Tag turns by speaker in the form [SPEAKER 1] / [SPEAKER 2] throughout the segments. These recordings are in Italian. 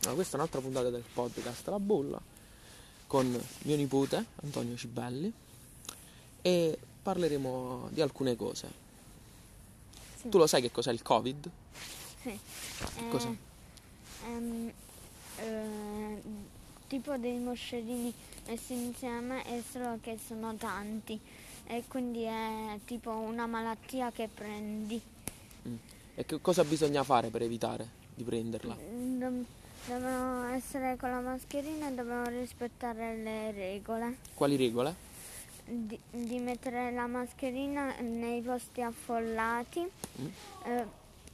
[SPEAKER 1] Allora, questa è un'altra puntata del podcast La Bolla con mio nipote Antonio Cibelli e parleremo di alcune cose.
[SPEAKER 2] Sì.
[SPEAKER 1] Tu lo sai che cos'è il Covid?
[SPEAKER 2] Sì. Eh,
[SPEAKER 1] Cos'è?
[SPEAKER 2] ehm, eh, tipo dei moscerini messi insieme è solo che sono tanti e quindi è tipo una malattia che prendi.
[SPEAKER 1] E che cosa bisogna fare per evitare di prenderla?
[SPEAKER 2] Dov- Devono essere con la mascherina e devono rispettare le regole
[SPEAKER 1] Quali regole?
[SPEAKER 2] di, di mettere la mascherina nei posti affollati,
[SPEAKER 1] Mm.
[SPEAKER 2] eh,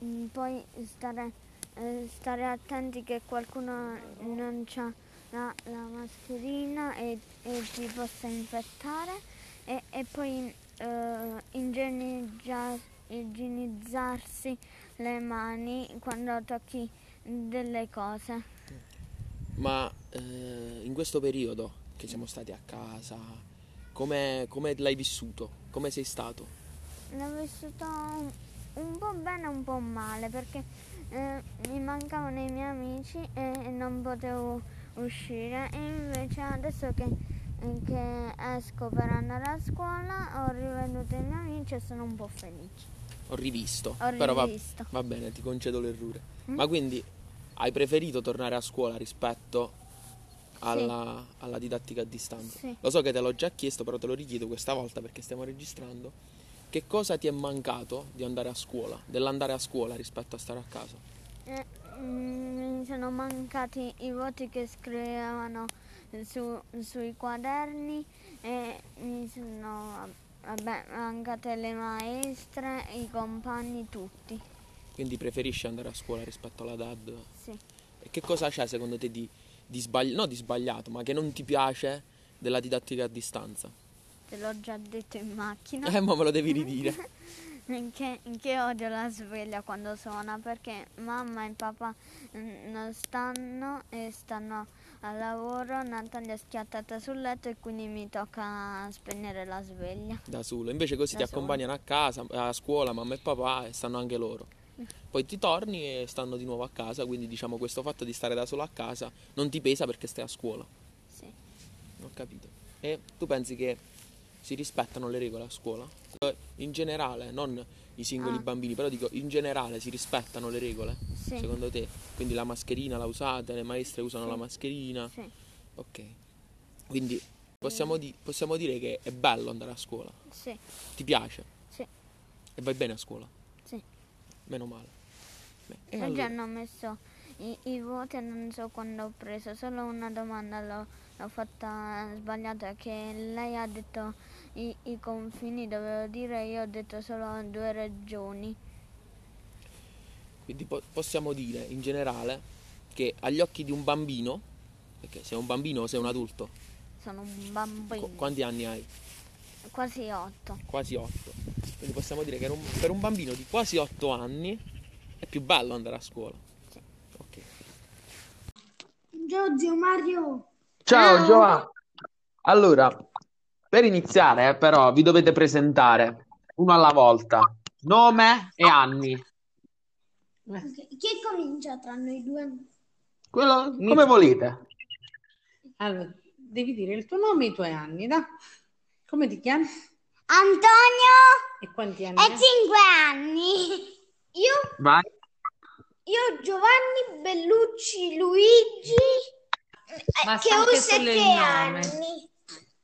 [SPEAKER 2] mm, poi stare, eh, stare attenti che qualcuno non ha la, la mascherina e, e ti possa infettare e, e poi eh, igieneggia- igienizzarsi le mani quando tocchi delle cose.
[SPEAKER 1] Ma eh, in questo periodo che siamo stati a casa, come, come l'hai vissuto? Come sei stato?
[SPEAKER 2] L'ho vissuto un, un po' bene e un po' male perché eh, mi mancavano i miei amici e non potevo uscire e invece adesso che, che esco per andare a scuola ho riveduto i miei amici e sono un po' felice.
[SPEAKER 1] Ho rivisto,
[SPEAKER 2] Ho
[SPEAKER 1] però va,
[SPEAKER 2] rivisto.
[SPEAKER 1] va bene, ti concedo l'errore.
[SPEAKER 2] Mm.
[SPEAKER 1] Ma quindi hai preferito tornare a scuola rispetto alla, alla didattica a distanza?
[SPEAKER 2] Sì.
[SPEAKER 1] Lo so che te l'ho già chiesto, però te lo richiedo questa volta perché stiamo registrando. Che cosa ti è mancato di andare a scuola, dell'andare a scuola rispetto a stare a casa?
[SPEAKER 2] Eh, mm, mi sono mancati i voti che scrivevano su- sui quaderni e mi sono vabbè, mancate le maestre, i compagni, tutti.
[SPEAKER 1] Quindi preferisci andare a scuola rispetto alla DAD?
[SPEAKER 2] Sì.
[SPEAKER 1] E che cosa c'è secondo te di, di sbagliato, no di sbagliato, ma che non ti piace della didattica a distanza?
[SPEAKER 2] Te l'ho già detto in macchina
[SPEAKER 1] Eh, ma me lo devi ridire.
[SPEAKER 2] che, che odio la sveglia quando suona perché mamma e papà mm, non stanno e stanno al lavoro. Natalia è schiattata sul letto e quindi mi tocca spegnere la sveglia.
[SPEAKER 1] Da solo. Invece così
[SPEAKER 2] Da
[SPEAKER 1] ti
[SPEAKER 2] sola.
[SPEAKER 1] accompagnano a casa, a scuola, mamma e papà e stanno anche loro.
[SPEAKER 2] Mm.
[SPEAKER 1] Poi ti torni e stanno di nuovo a casa, quindi diciamo questo fatto di stare da solo a casa non ti pesa perché stai a scuola.
[SPEAKER 2] Sì.
[SPEAKER 1] Ho capito. E tu pensi che si rispettano le regole a scuola? Eh, In generale, non i singoli
[SPEAKER 2] Ah.
[SPEAKER 1] bambini, però dico in generale si rispettano le regole?
[SPEAKER 2] Sì.
[SPEAKER 1] Secondo te? Quindi la mascherina la usate, le maestre usano
[SPEAKER 2] Sì.
[SPEAKER 1] la mascherina?
[SPEAKER 2] Sì.
[SPEAKER 1] Ok. Quindi
[SPEAKER 2] Mm.
[SPEAKER 1] possiamo, di- possiamo dire che è bello andare a scuola.
[SPEAKER 2] Sì.
[SPEAKER 1] Ti piace
[SPEAKER 2] Sì.
[SPEAKER 1] e vai bene a scuola,
[SPEAKER 2] Sì.
[SPEAKER 1] meno male. Beh, e
[SPEAKER 2] Oggi
[SPEAKER 1] allora-
[SPEAKER 2] hanno messo i, i voti e non so quando ho preso, solo una domanda l'ho, l'ho fatta sbagliata che lei ha detto i, i confini, dovevo dire io ho detto solo due regioni.
[SPEAKER 1] Quindi po- possiamo dire in generale che agli occhi di un bambino, perché sei un bambino o sei un adulto,
[SPEAKER 2] Sono un
[SPEAKER 1] Qu-
[SPEAKER 2] bambino,
[SPEAKER 1] quanti anni hai?
[SPEAKER 2] quasi otto.
[SPEAKER 1] Quasi 8. Quindi possiamo dire che per un, per un bambino di quasi 8 anni è più bello andare a scuola.
[SPEAKER 2] Sì.
[SPEAKER 1] Ok.
[SPEAKER 3] Ciao zio Mario, Ah,
[SPEAKER 1] Ciao
[SPEAKER 3] Ciao.
[SPEAKER 1] Giovanni. Allora, per iniziare eh, però vi dovete presentare uno alla volta, nome e anni.
[SPEAKER 3] Ok, chi comincia tra noi due?
[SPEAKER 1] Quello come
[SPEAKER 4] Inizio.
[SPEAKER 1] volete.
[SPEAKER 4] Allora, devi dire il tuo nome e i tuoi anni, da. Come ti chiami?
[SPEAKER 3] Antonio
[SPEAKER 4] E quanti anni
[SPEAKER 3] è
[SPEAKER 4] hai?
[SPEAKER 3] 5 anni. Io,
[SPEAKER 1] Vai.
[SPEAKER 3] io Giovanni Bellucci Luigi eh,
[SPEAKER 4] Basta
[SPEAKER 3] che ho
[SPEAKER 4] anche
[SPEAKER 3] 7
[SPEAKER 4] solo il nome.
[SPEAKER 3] anni.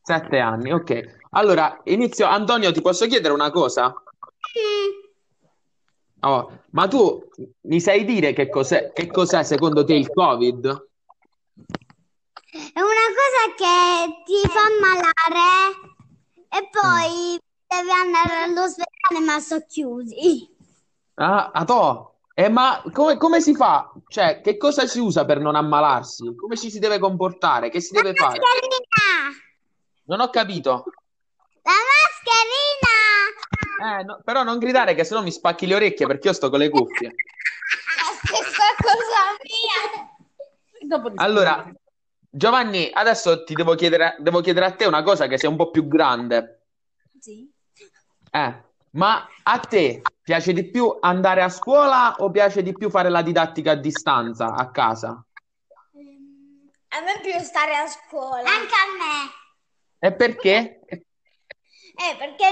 [SPEAKER 1] Sette anni, ok. Allora, inizio. Antonio, ti posso chiedere una cosa?
[SPEAKER 3] Mm.
[SPEAKER 1] Oh, ma tu mi sai dire che cos'è, che cos'è secondo te il Covid?
[SPEAKER 3] È una cosa che ti fa malare e poi
[SPEAKER 1] Mm.
[SPEAKER 3] devi andare all'ospedale ma sono chiusi.
[SPEAKER 1] Ah, Atò, eh, ma come, come si fa? Cioè, che cosa si usa per non ammalarsi? Come ci si deve comportare? Che si deve fare?
[SPEAKER 3] Mascherina!
[SPEAKER 1] Non ho capito.
[SPEAKER 3] La mascherina!
[SPEAKER 1] Eh, no, però non gridare che sennò mi spacchi le orecchie perché io sto con le cuffie.
[SPEAKER 3] La stessa cosa mia!
[SPEAKER 4] E dopo ti
[SPEAKER 1] Allora,
[SPEAKER 4] spiego.
[SPEAKER 1] Giovanni, adesso ti devo chiedere, devo chiedere a te una cosa che sei un po' più grande.
[SPEAKER 3] Sì.
[SPEAKER 1] Eh, ma a te piace di più andare a scuola o piace di più fare la didattica a distanza a casa?
[SPEAKER 3] Ehm, a me piace stare a scuola.
[SPEAKER 5] Anche a me.
[SPEAKER 1] E perché?
[SPEAKER 3] Eh, perché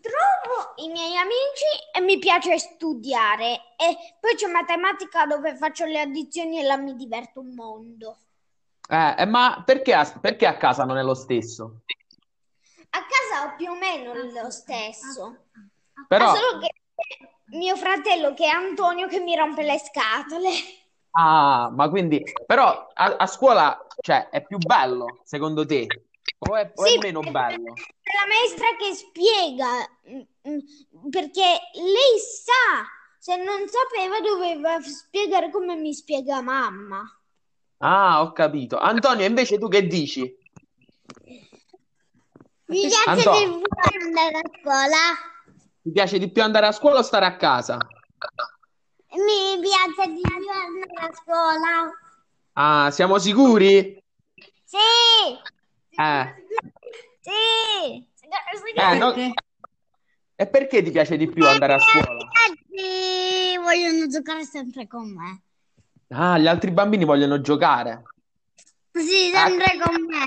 [SPEAKER 3] trovo i miei amici e mi piace studiare. E poi c'è matematica dove faccio le addizioni e là mi diverto un mondo.
[SPEAKER 1] Eh, eh, ma perché a, perché a casa non è lo stesso?
[SPEAKER 3] A casa ho più o meno lo stesso.
[SPEAKER 1] Però,
[SPEAKER 3] Ma Ah, solo che mio fratello, che è Antonio, che mi rompe le scatole.
[SPEAKER 1] ah, ma quindi, però a, a scuola, cioè, è più bello, secondo te? O è, o è
[SPEAKER 3] Sì,
[SPEAKER 1] meno
[SPEAKER 3] perché-
[SPEAKER 1] bello?
[SPEAKER 3] È la maestra che spiega, mm, mm, perché lei sa, se non sapeva doveva spiegare come mi spiega mamma.
[SPEAKER 1] Ah, ho capito. Antonio, invece tu che dici?
[SPEAKER 5] Mi piace
[SPEAKER 1] Anto.
[SPEAKER 5] del più andare a scuola.
[SPEAKER 1] Ti piace di più andare a scuola o stare a casa?
[SPEAKER 5] Mi piace di più andare a scuola.
[SPEAKER 1] Ah, siamo sicuri?
[SPEAKER 5] Sì,
[SPEAKER 1] Eh,
[SPEAKER 5] sì.
[SPEAKER 1] eh, no-
[SPEAKER 4] Perché?
[SPEAKER 1] E perché ti piace di più andare
[SPEAKER 3] Eh,
[SPEAKER 1] a scuola?
[SPEAKER 5] Sì, vogliono giocare sempre con me.
[SPEAKER 1] Ah, gli altri bambini vogliono giocare.
[SPEAKER 5] Sì, sempre
[SPEAKER 1] Ah.
[SPEAKER 5] con me.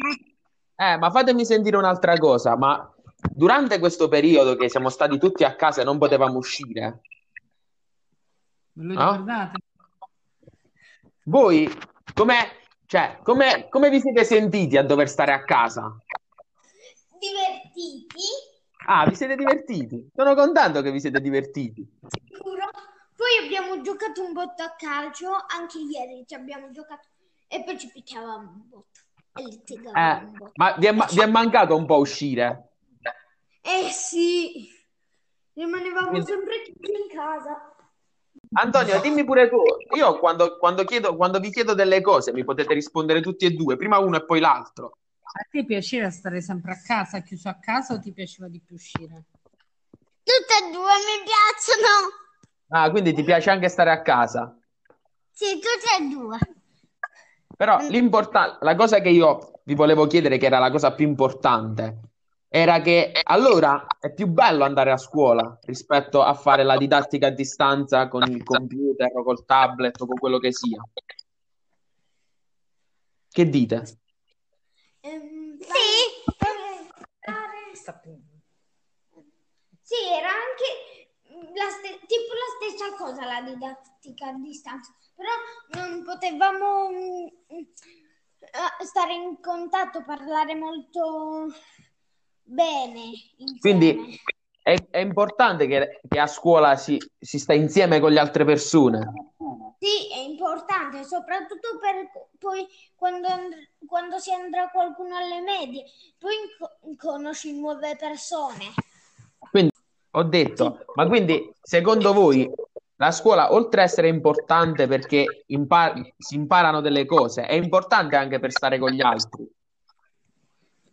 [SPEAKER 1] Eh, ma fatemi sentire un'altra cosa, ma durante questo periodo che siamo stati tutti a casa e non potevamo uscire,
[SPEAKER 4] Ve lo
[SPEAKER 1] Ah.
[SPEAKER 4] ricordate?
[SPEAKER 1] voi com'è, cioè, com'è- come vi siete sentiti a dover stare a casa?
[SPEAKER 3] Divertiti,
[SPEAKER 1] Ah, vi siete divertiti? Sono contento che vi siete divertiti.
[SPEAKER 3] sicuro. Poi abbiamo giocato un botto a calcio, anche ieri ci abbiamo giocato e poi ci picchiavamo un botto e litigavamo
[SPEAKER 1] Eh,
[SPEAKER 3] un botto.
[SPEAKER 1] ma vi è, ma- vi è mancato un po' uscire?
[SPEAKER 3] Eh sì, rimanevamo
[SPEAKER 1] Quindi-
[SPEAKER 3] sempre chiusi in casa.
[SPEAKER 1] Antonio, dimmi pure tu. Io quando, quando chiedo- quando vi chiedo delle cose mi potete rispondere tutti e due, prima uno e poi l'altro.
[SPEAKER 4] A te piaceva stare sempre a casa, chiuso a casa, o ti piaceva di più uscire?
[SPEAKER 5] Tutte e due mi piacciono.
[SPEAKER 1] Ah, quindi ti piace anche stare a casa?
[SPEAKER 5] Sì, tutte e due.
[SPEAKER 1] Però l'importante, la cosa che io vi volevo chiedere, che era la cosa più importante, era che allora è più bello andare a scuola rispetto a fare la didattica a distanza con il computer o col tablet o con quello che sia. Che dite?
[SPEAKER 3] Ehm,
[SPEAKER 5] Sì.
[SPEAKER 3] Sì, era anche la ste- tipo la stessa cosa la didattica a distanza, però non potevamo mm, mm, eh, stare in contatto, parlare molto bene insieme.
[SPEAKER 1] Quindi è, è importante che, che a scuola si, si sta insieme con le altre persone.
[SPEAKER 3] Sì, è importante, soprattutto per poi quando, and- quando si andrà qualcuno alle medie, poi inco- conosci nuove persone.
[SPEAKER 1] Ho detto, ma quindi secondo voi la scuola, oltre a essere importante perché impar- si imparano delle cose, è importante anche per stare con gli altri?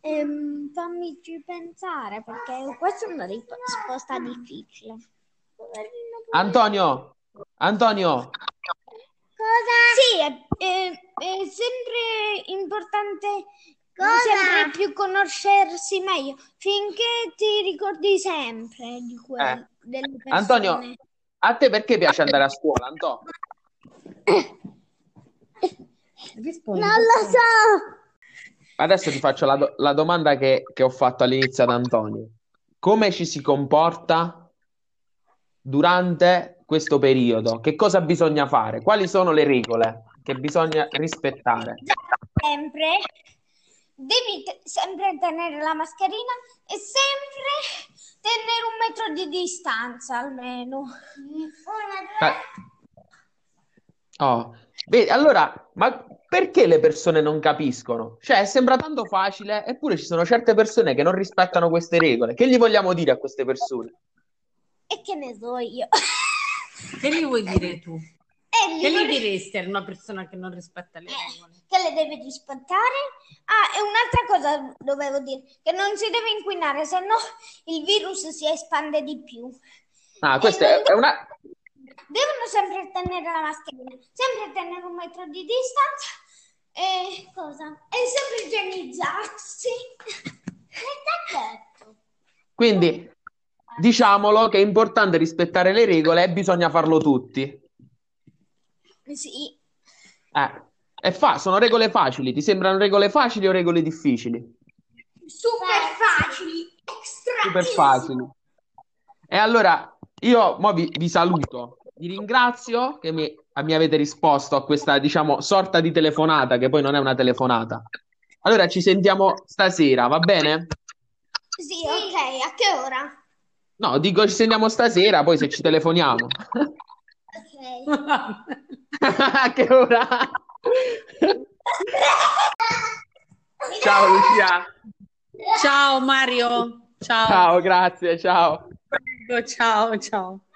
[SPEAKER 3] Ehm, fammici pensare, perché questa è una risposta difficile.
[SPEAKER 1] Antonio, Antonio,
[SPEAKER 3] Sì, è, è- è sempre importante
[SPEAKER 5] Cosa?
[SPEAKER 3] sempre più conoscersi meglio, finché ti ricordi sempre di quello,
[SPEAKER 1] Eh.
[SPEAKER 3] delle persone.
[SPEAKER 1] Antonio, a te perché piace andare a scuola, Anto?
[SPEAKER 4] Rispondi.
[SPEAKER 5] so.
[SPEAKER 1] Adesso ti faccio la, do- la domanda che, che ho fatto all'inizio ad Antonio. Come ci si comporta durante questo periodo? Che cosa bisogna fare? Quali sono le regole che bisogna rispettare?
[SPEAKER 3] sempre devi te- sempre tenere la mascherina e sempre tenere un metro di distanza almeno.
[SPEAKER 1] Ma- Eh. Oh, vedi, allora, ma perché le persone non capiscono? Cioè, sembra tanto facile, eppure ci sono certe persone che non rispettano queste regole. Che gli vogliamo dire a queste persone?
[SPEAKER 3] E che ne so io.
[SPEAKER 4] Che gli vuoi dire tu?
[SPEAKER 3] E lì
[SPEAKER 4] Che gli
[SPEAKER 3] vorrei-
[SPEAKER 4] diresti a una persona che non rispetta le regole?
[SPEAKER 3] che le devi rispettare. Ah, e un'altra cosa dovevo dire, che non si deve inquinare, se no il virus si espande di più.
[SPEAKER 1] Ah, questa è, è una...
[SPEAKER 3] Devono sempre tenere la mascherina, sempre tenere un metro di distanza e cosa? E sempre igienizzarsi.
[SPEAKER 1] Quindi, diciamolo che è importante rispettare Eh. le regole e bisogna farlo tutti.
[SPEAKER 3] Sì,
[SPEAKER 1] Eh, E fa, sono regole facili. Ti sembrano regole facili o regole difficili?
[SPEAKER 3] Super facili, extra
[SPEAKER 1] Super
[SPEAKER 3] easy.
[SPEAKER 1] facili. E allora io mo vi, vi saluto. Vi ringrazio che mi, mi avete risposto a questa, diciamo, sorta di telefonata, che poi non è una telefonata. Allora ci sentiamo stasera, va bene?
[SPEAKER 3] Sì, ok, a che ora?
[SPEAKER 1] No, dico ci sentiamo stasera, poi se ci telefoniamo.
[SPEAKER 3] Ok.
[SPEAKER 1] A che ora? Ciao Lucia.
[SPEAKER 4] Ciao Mario. Ciao.
[SPEAKER 1] Ciao, grazie, ciao.
[SPEAKER 4] Ciao, ciao. ciao.